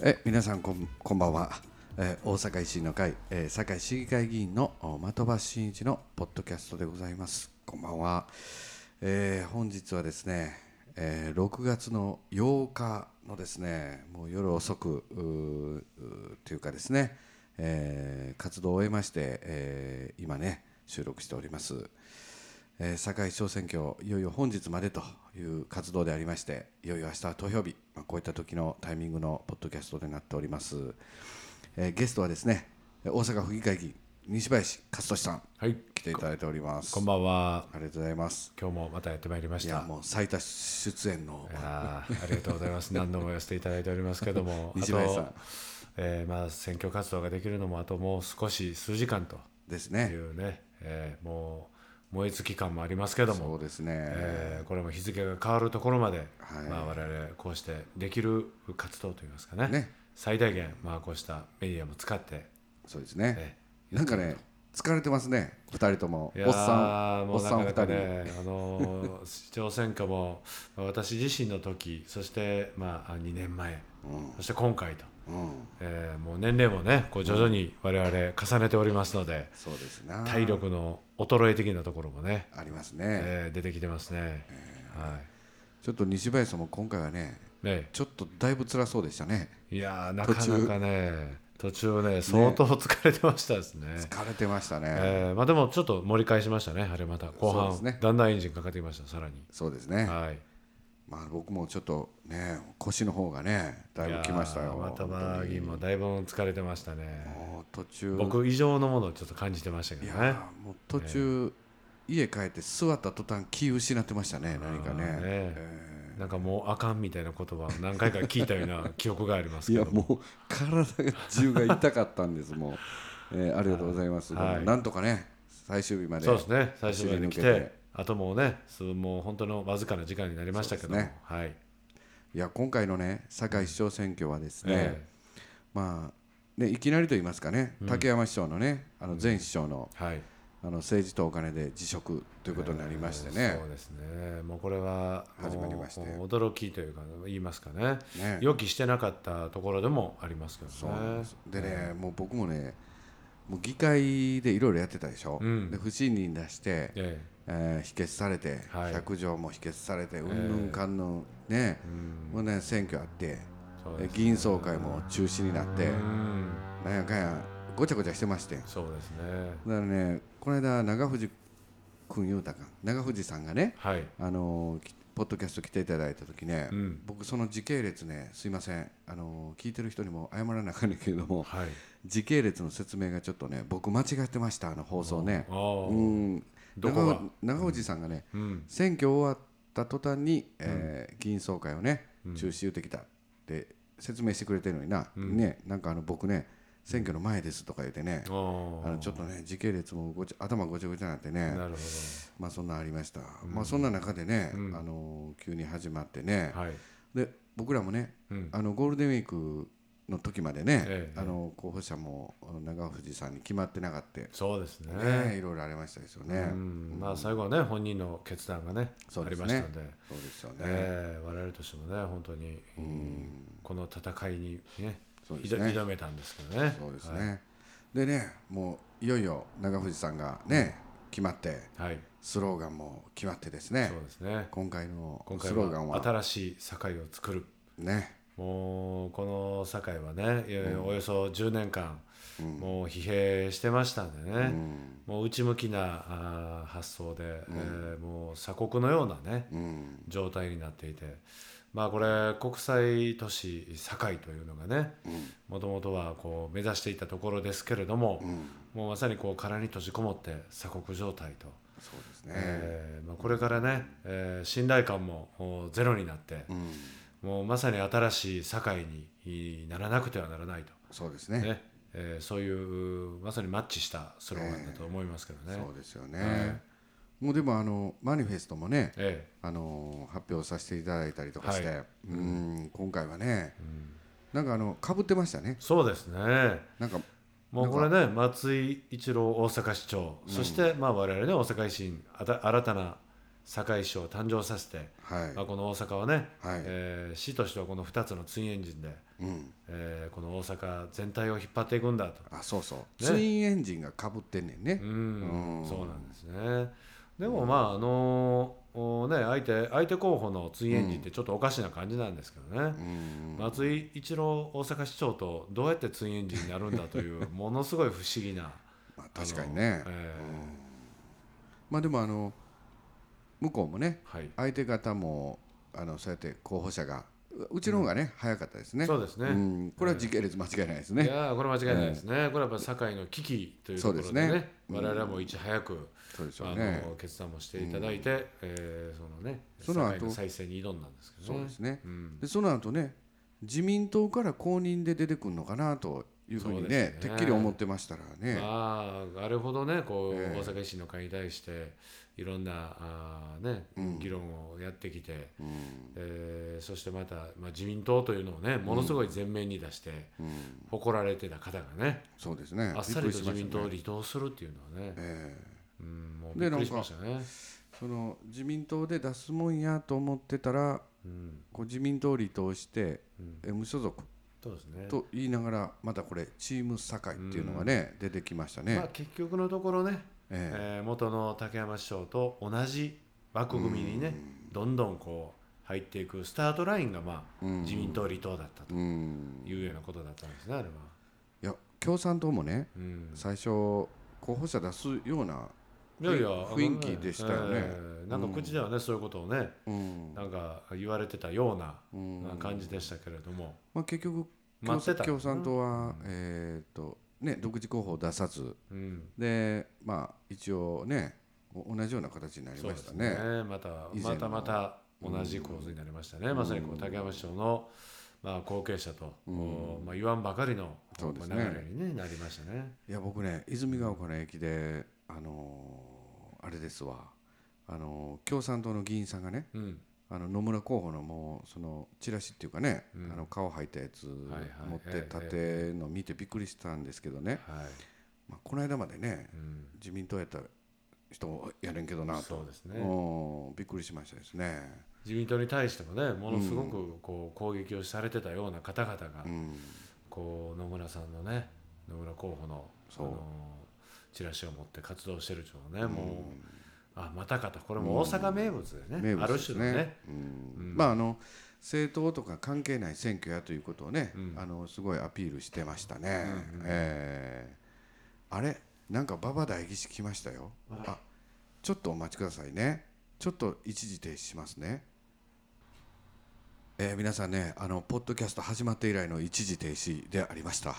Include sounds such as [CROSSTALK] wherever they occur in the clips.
え皆さんこんこんばんは、えー大阪維新の会、えー堺市議会議員のお的場真一のポッドキャストでございますこんばんは、えー本日はですね、えー6月の8日のですねもう夜遅くうーうーというかですね、えー活動を終えまして、えー今ね収録しておりますえー、堺市長選挙、いよいよ本日までという活動でありまして、いよいよ明日は投票日、まあ、こういった時のタイミングのポッドキャストでなっております。えーゲストはですね、えー大阪府議会議員、西林勝利さん、はい、来ていただいております。こんばんは。ありがとうございます。今日もまたやってまいりましいた。や、もう最多出演の、あーありがとうござい [LAUGHS] ます。何度も寄せていただいておりますけども、あ西林さんと、えーまあ選挙活動ができるのもあともう少し数時間とですいね。うね、えーもう燃え尽き感もありますけどそうも、ですね。えーこれも日付が変わるところまで、はいまあ我々こうしてできる活動といいますかね、ね最大限まあこうしたメディアも使って、そうですね。えなんかね、疲れてますね、二人とも。いやおっさーん、もおっうなさんか二な人か。ね、あのー市長選挙もまあ私自身の時、そしてまああ2年前、そして今回と、うん、えーもう年齢もね、こう徐々に我々重ねておりますので、そうですな。体力の衰え的なところもね、ありますね。えー出てきてますね。はちょっと西林さんも今回はね、い。ね、ちょっとだいぶ辛そうでしたね。いやーなかなかね、途中ね相当疲れてましたですね。疲れてましたね。えーまあでもちょっと盛り返しましたね、あれまた後そうで半、すねだんだんエンジンかかってきました、さらに。そうですね。はい。まあ僕もちょっとね、腰の方がね、だいぶきましたよ。また本当バにギーもだいぶ疲れてましたね。もう途中、僕以上のものをちょっと感じてましたけいどやね。ねもう途中、家帰って座った途端気失ってましたね。何かね。えなんかもうあかんみたいな言葉を何回か聞いたような [LAUGHS] 記憶がありますーいやけど。もう体が中が痛かったんですもう、えーありがとうございます、はいでもなんとかね最終日までそうですね。最初まで来走り抜けて、あともうね、そうもう本当のわずかな時間になりましたけども、そうですはい。いや今回のね堺市長選挙はですね、えまあね、いきなりと言いますかね、竹山市長のね、あの前市長の,、えはい。あの政治とお金で辞職ということになりましてねそう、ですね。もうこれはもう始まりましてもう驚きというか言いますかね。ね予期してなかったところでもありますけどね。そうなんですでね、もう僕もね、もう議会でいろいろやってたでしょ、うんで不信任出して、ええー否決されて、はい100条も否決されて、うんぬんかんぬん、ねえうんもうね、選挙あって、そうえですね議員総会も中止になって、うんなんやかんや、ごちゃごちゃしてまして。そうですね。だからね、この間、長藤君言うたか、長藤さんがね、はい。あのーきポッドキャスト来ていただいた時ね、うん僕その時系列ねすいませんあのー聞いてる人にも謝らなあかんねんけれどもはい。時系列の説明がちょっとね僕間違ってましたあの放送ねあうあ。んどこが長長藤さんがね、うん。選挙終わった途端に、えー議員総会をね中止言ってきたって説明してくれてるのにな、ねなんかあの僕ね選挙の前ですとか言ってねあああのちょっとね時系列もごちゃ頭ごちゃごちゃになってねなるほまあそんなんありました、まあそんな中でね、あの急に始まってね、ど。はい。で僕らもね、うんあのゴールデンウィークの時までね、ええあの候補者もあの長藤さんに決まってなかった、ねそうですね。いろいろありましたですよね、うん。まあ最後はね本人の決断がねそうあでりすまねしたので。そうですよね、ええ我々としてもね本当にこの戦いにねそうですね挑挑めたんですけどね。そうですね、でねもういよいよ長藤さんがね、決まってはい。スローガンも決まってですねそうですね。今回の今回スローガンはは新しい堺を作る。ねもうこの堺はね、いやいやおよそ10年間、もう疲弊してましたんでね、もう内向きなあー発想で、えーもう鎖国のようなね、うん状態になっていて、まあ、これ国際都市堺というのがねもともとはこう目指していたところですけれども、もうまさにこう殻に閉じこもって鎖国状態と。そうですね、えーまあ、これからね、えー信頼感もおゼロになって、うんもうまさに新しい堺にならなくてはならないそうですと、ねねえーそういうまさにマッチしたスローガンだと思いますけどね。そうですよね、えもうでもあのマニフェストもね、えあの発表させていただいたりとかして、はうん今回はね、なんかあのかぶってましたねえそうですねなんかもうこれね松井一郎大阪市長、そしてまあ我々ね大阪維新あた新たな堺市を誕生させて、はいまあ、この大阪はね、はいえー市としてはこの2つのツインエンジンで、うん、えーこの大阪全体を引っ張っていくんだと、あそうそう、ツインエンジンがかぶってんねんねう、んうんそうなんですねでもまああのおね相手相手候補のツインエンジンってちょっとおかしな感じなんですけどね、うん松井一郎大阪市長とどうやってツインエンジンになるんだというものすごい不思議なまあ、確かにねあのえーまあでもあの向こうもねはい相手方もあのそうやって候補者がううちの方がね、早かったですねそうですねんこれは時系列間違いないですいね、やーこれ間違いないですね、これはやっぱ堺の危機というところでそうねですね我々はもういち早く、そうでしょあうねの決断もしていただいて、えーそのねその後堺の再生に挑んだんですけどそうねですねうんでその後ね自民党から公認で出てくるのかなというふうにそねうですてねっきり思ってましたらね、まあ、あれほどねこう、ええ大阪維新の会に対していろんなあー、ね議論をやってきて、うんえーそしてまた、まあ、自民党というのをねものすごい前面に出して、うん、誇られてた方がね、そうですねあっさりと自民党をね離党するっていうのはね、ええうん、もうびでっくりしましたね。その自民党で出すもんやと思ってたらうんこう自民党離党して、うんえ無所属そうですねと言いながらまたこれチーム堺っていうのがね、出てきましたね、まあ、結局のところね、えええー元の竹山市長と同じ枠組みにねどんどんこう入っていくスタートラインが、まあ、うん自民党離党だったとうんいうようなことだったんですねあれは。いや共産党もねうん、最初候補者出すような、いやいや雰囲気でしたよねあのえーなんか口ではね、そういうことをねうんなんか言われてたようなうんな感じでしたけれども、まあ、結局待ってた共産党は、えーとね、独自候補を出さずうん、で、まあ、一応ねお同じような形になりそうまでしすたねね。また以前まのたまた同じ構図になりましたね、まさにこう竹山市長の、まあ、後継者と、こうまあ、言わんばかりの、そうですねまあ流れに、ね、なりましたね。いや僕ね泉ヶ丘の駅で、あのーあれですわ、あのー共産党の議員さんがねうん、あの野村候補のもうそのチラシっていうかね、あの顔履いたやつはいはい持って立ての見てびっくりしたんですけどね、はいまあ、この間までねうん、自民党やった人やれんけどなとそうですねうんびっくりしましたですね。自民党に対してもねものすごくこう攻撃をされてたような方々が、うんこう野村さんのね野村候補のそうあのチラシを持って活動してる人はね、もうあまたかとこれも大阪名物でね、名物あるです種のねね。うんまああの政党とか関係ない選挙やということをね、あのすごいアピールしてましたね。えーあれなんか馬場代議士来ましたよ。あちょっとお待ちくださいね。ちょっと一時停止しますね。えー皆さんねあのポッドキャスト始まって以来の一時停止でありま [LAUGHS] した。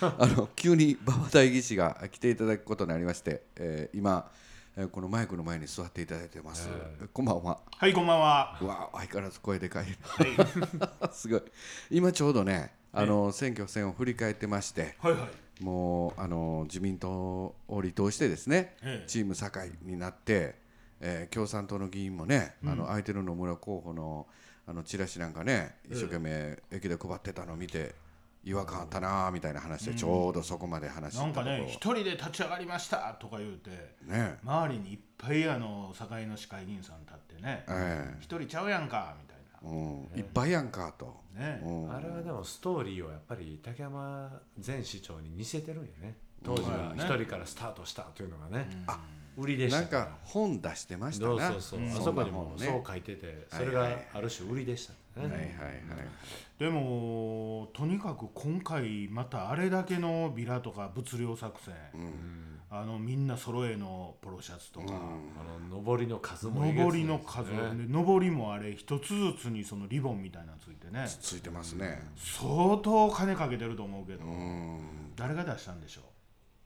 あの急に馬場代議士が来ていただくことになりまして、えー今えーこのマイクの前に座っていただいてます。こんばんは。はい、こんばんは。うわあ相変わらず声でかいはい、な [LAUGHS] すごい今ちょうどねあの選挙戦を振り返ってましてはい、はい。もうあの自民党を離党してですね、ええチーム堺になって、えー共産党の議員もね、あの相手の野村候補のあのチラシなんかね一生懸命駅で配ってたのを見て違和感あったなーみたいな話でちょうどそこまで話してなんたとかころね、一人で立ち上がりましたとか言うて、ね周りにいっぱいあの堺の市会議員さん立ってね、え一人ちゃうやんかみたいうん、いっぱいやんかと、な。ねう、ん、あれはでもストーリーをやっぱり竹山前市長に似せてるんよね当時は一人からスタートしたというのがね、あ売りでしなたんか本出してましたどうなそうそう、んなあそこに本もをそう書いててそはれいがはいある種売りでしたはね、いはいはいでもとにかく今回またあれだけのビラとか物量作戦、あのみんな揃えのポロシャツとか、あの上りの数もえげつない上ですりねの数、で上りもあれ一つずつにそのリボンみたいなのついてね、ついてますね、相当金かけてると思うけど、うん誰が出したんでしょ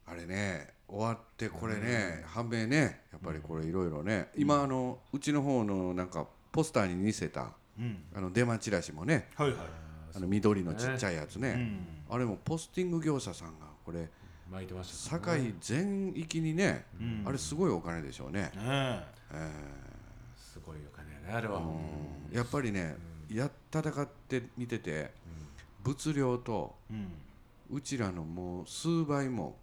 う。あれね終わってこれね、判明ねやっぱりこれいろいろね、今あのうちの方のなんかポスターに似せたうん、あのデマチラシもねはいはい。あの緑のちっちゃいやつね、うんあれもポスティング業者さんがこれ巻いてましたね堺全域にね、あれすごいお金でしょうね、ねえすごいお金やねあれは、ーやっぱりね、やっ戦って見てて、物量とえ、うん、うちらのもう数倍も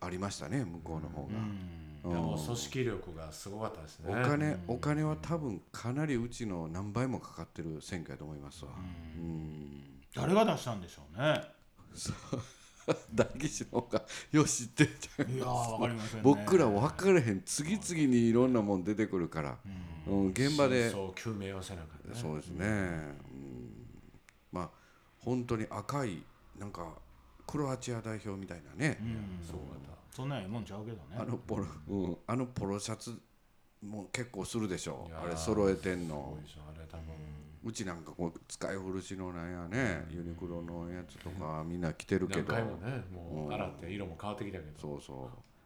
ありましたね向こうの方うが、んうんいやもう組織力がすごかったですねお金お金は多分かなりうちの何倍もかかってる選挙やと思いますわ、うん、誰が出したんでしょうね。大吉の方がよう知ってんじゃんいやー、わかりません、ね。僕ら分からへん次々にいろんなもん出てくるから、うん、現場でそう究明はせなかった、ね、そうですね、うん、まあ本当に赤いなんかクロアチア代表みたいなね、うん、すごかったそんなんええもんちゃうけどね。あのポロ、うん、あのポロシャツも結構するでしょいやーあれ揃えてんすのごいでしょあれ多分うちなんかこう使い古しのなんやねユニクロのやつとかみんな着てるけ何ど回もねもう洗って色も変わってきたけどそうそう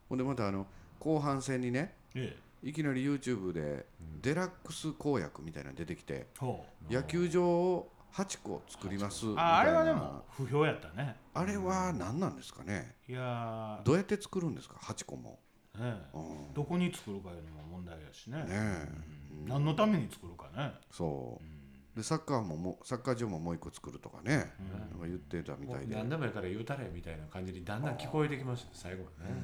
ほんでまたあの後半戦にねええ。いきなり YouTube でデラックス公約みたいなの出てきて、ほう。野球場を8個作りますみたいなああれはでも不評やったね。あれは何なんですかねいやどうやって作るんですか8個も、ー、ねえうん、どこに作るかいうのも問題やしね。ねえうん何のために作るかね。そうでサッカーももうサッカー場ももう1個作るとかね、なんか言ってたみもたいうで何でもやから言うたれみたいな感じにだんだん聞こえてきましたね最後はね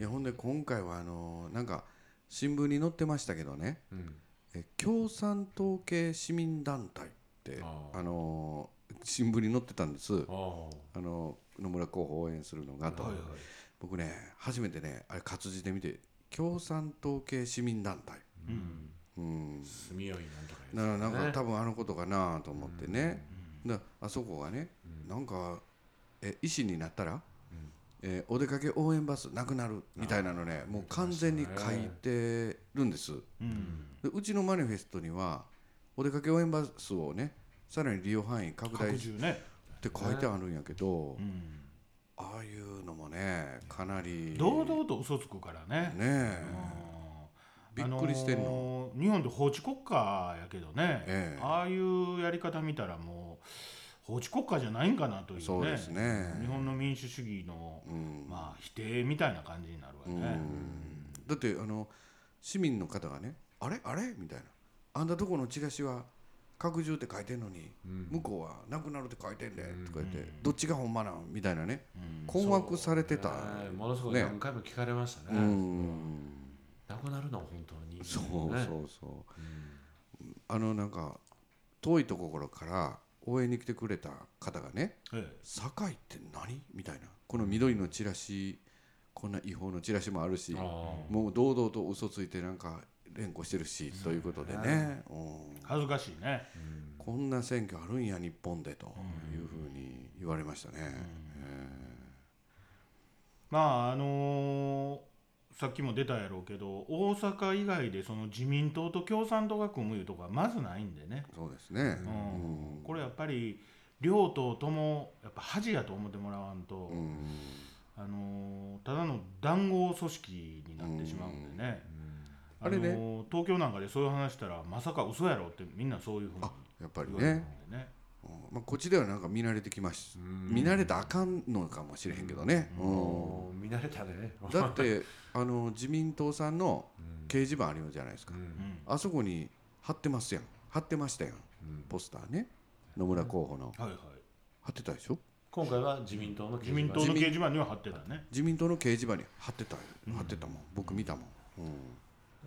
いやほんで今回はあのーなんか新聞に載ってましたけどねうんえ共産党系市民団体ってああのー新聞に載ってたんですあああの野村候補を応援するのがと、はいはい僕ね初めてねあれ活字で見て共産党系市民団体うん。うん住みよいなんとかやつななんか、ね多分あのことかなと思ってね、だあそこがね、なんかえ医師になったら、えーお出かけ応援バスなくなるみたいなのねもう完全に書いてるんです、うん。でうちのマニフェストにはお出かけ応援バスをねさらに利用範囲拡大拡し充ね。って書いてあるんやけど、うん。ああいうのもねかなり堂ね々と嘘つくからね。えうんびっくりしてんのあのー日本で法治国家やけどね、ええああいうやり方見たらもう法治国家じゃないんかなというねそうですね日本の民主主義の、うんまあ、否定みたいな感じになるわうんね。だってあの市民の方がね「あれあれ?」みたいな「あんたとこのチラシは拡充って書いてんのに、向こうはなくなるって書いてんで」とか言って、どっちがほんまなん?」みたいなね、困惑されてた、ねものすごいね何回も聞かれましたうねんなくなるの本当にそうねそうそう、あのなんか遠いところから応援に来てくれた方がねえ「堺って何?」みたいなこの緑のチラシこんな違法のチラシもあるしああもう堂々と嘘ついてなんか連呼してるしということでね、うんえ恥ずかしいね、こんな選挙あるんや日本でというふうに言われましたね、まああのーさっきも出たやろうけど大阪以外でその自民党と共産党が組むいうとこはまずないんでね、そうですね、うんこれやっぱり両党ともやっぱ恥やと思ってもらわんと、うんあのーただの談合組織になってしまうんでね、うんあれねあのー東京なんかでそういう話したらまさか嘘やろってみんなそういうふうにやっぱり言われるんね、でねうんまあ、こっちではなんか見慣れてきまし見慣れたらあかんのかもしれへんけどね、うんもう見慣れたねだってあの自民党さんの掲示板あるじゃないですか、うんあそこに貼ってますやん貼ってましたやん、ポスターね野村候補のはいはい貼ってたでしょ今回は自民党の掲自示板民党の掲示板には貼ってたね自民党の掲示板に貼ってたよ貼ってたもん、僕見たもん、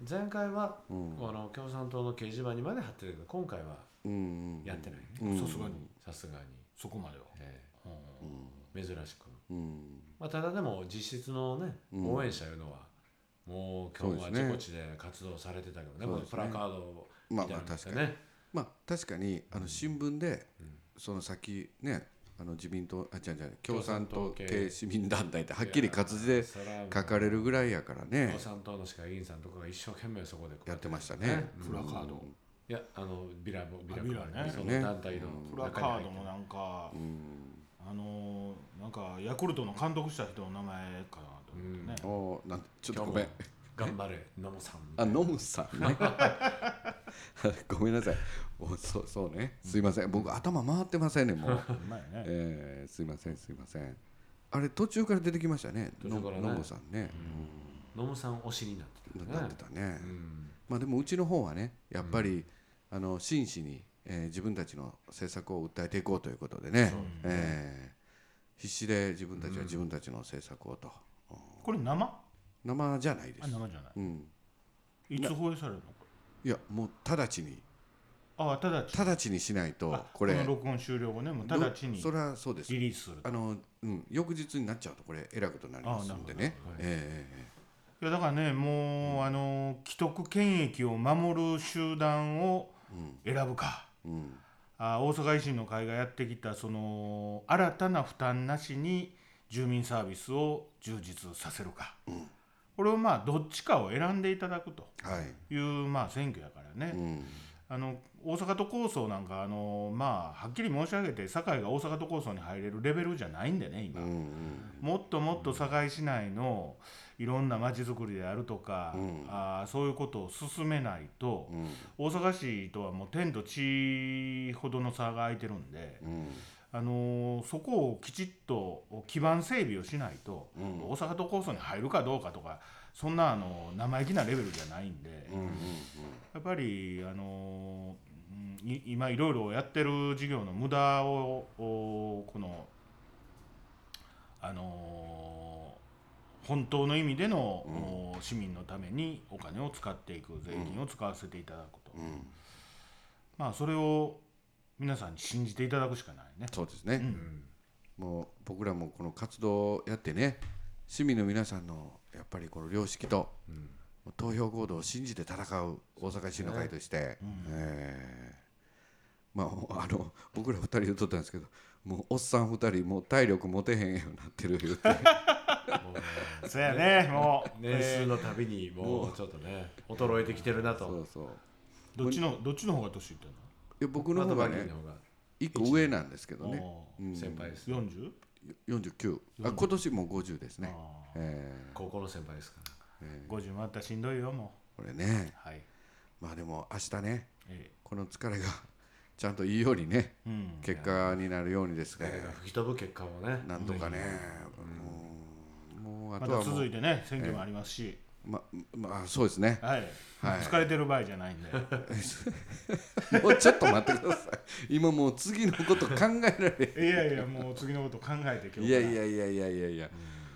前回は、うんあの共産党の掲示板にまで貼ってるけど今回はうんうんやってないねうんさすがにさすがに、そこまでは、えうえん珍しく、うんまあ、ただでも実質のねうん応援者いうのは、もう今日はそあうですちねこちで活動されてたけどそねうもでうすプねラカードみまあたいまなあのやっ確てかねに、まあ確かにあの新聞で、その先ねあの自民党あ違う違う共産党系市民団体ってはっきり活字でそらもう書かれるぐらいやからね共産党の市会議員さんとかが一生懸命そこでこうやってましたねうんプラカードいやあのビラもビラあビラねその団体のプラカードもなんか、あのーなんかヤクルトの監督した人の名前かなと思ってね、おーなんちょっとご今日もめん頑張れ野茂さんみたあいなノムさんねごめんなさいおそうそうねすいません僕頭回ってませんねもう、うまいね、えーすいませんすいませんあれ途中から出てきましたね途中からねノムさんね、野茂さん推しになってうんたなねってたね、うんまあでもうちの方はねやっぱり、あの真摯に、えー自分たちの政策を訴えていこうということでね、えー必死で自分たちは自分たちの政策をと、うんこれ生あ生じゃないです、生じゃなうん、いいつ放映されるのいやもう直ちにああただち直ちにしないとあこれの録音終了後ねもう直ちにそれはそうですリリースするあの、うん、翌日になっちゃうとこれえらいことになりますんでねあなるほどえええええいやだからねもう、あの既得権益を守る集団を選ぶか、えうんあ大阪維新の会がやってきたその新たな負担なしに住民サービスを充実させるか、これをまあどっちかを選んでいただくとはいいうまあ選挙やからね、うんあの大阪都構想なんかあの、まあ、はっきり申し上げて堺が大阪都構想に入れるレベルじゃないんでね今。うんうんもっともっと堺市内のいろんなまちづくりであるとか、うんあーそういうことを進めないと、うん大阪市とはもう天と地ほどの差が空いてるんで、うんあのーそこをきちっと基盤整備をしないと、うん大阪都構想に入るかどうかとかそんな、あの生意気なレベルじゃないんで、うんうんやっぱり、あのーうんい今いろいろやってる事業の無駄をおこの、あのー本当の意味での、お市民のためにお金を使っていく税金を使わせていただくと、うんうんまあそれを皆さんに信じていただくしかないね。そうですね、うんもう僕らもこの活動やってね市民の皆さんのやっぱりこの良識とうん投票行動を信じて戦う大阪維新の会として、えーまああの僕ら二人で撮ったんですけどもうおっさん二人もう体力持てへんようになってる言うてもうそうやねもう、年数えーのたびにもうちょっとね衰えてきてるなそとうそういどっちのどっちの方が年いってんのや僕の方まだがバギーねの方が一個上なんですけどねおーうん先輩です四十？ 49あ今年も50ですねあーえ高校の先輩ですから五十もあったらしんどいよもーこれねう。はい。まあでも明日ねえこの疲れがちゃんといいようにねえうん。結果になるようにですだけねど吹き飛ぶ結果をねなんとかねうんもうあまとはたも続ういてね選挙もありますし、ままあそうですね [LAUGHS] はい、はい疲れてる場合じゃないん [LAUGHS] でもうちょっと待ってください。今もう次のこと考えら [LAUGHS] れいやいやもう次のこと考えて今日かへん。らいやいやいやいやいやいや。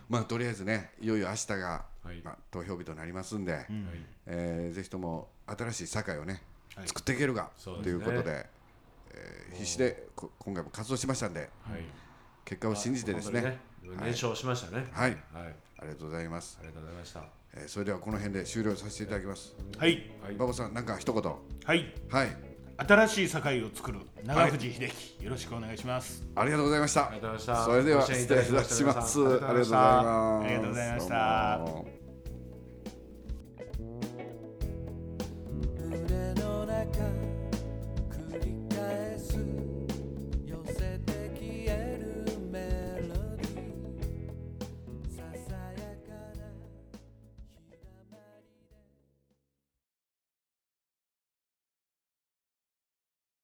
まあとりあえずね、いよいよ明日が、はいまあ、投票日となりますんで、うんはいえーぜひとも新しい社会をね、はい作っていけるかそうですねということで、えー必死でこ今回も活動しましたんで、はい結果を信じてですね。本当にね燃焼しましたねはいはいあありがとうございます、りがとうございましたはえーそれではこの辺で終了させていただきます。はいい馬場さん、なんか一言。はいはい。新しい堺を作る長藤秀樹よろしくお願いしますありがとうございました。ありがとうございましたそれではご支援い失た礼だいきまたしたします。ありがとうございます。ありがとうございましたどうも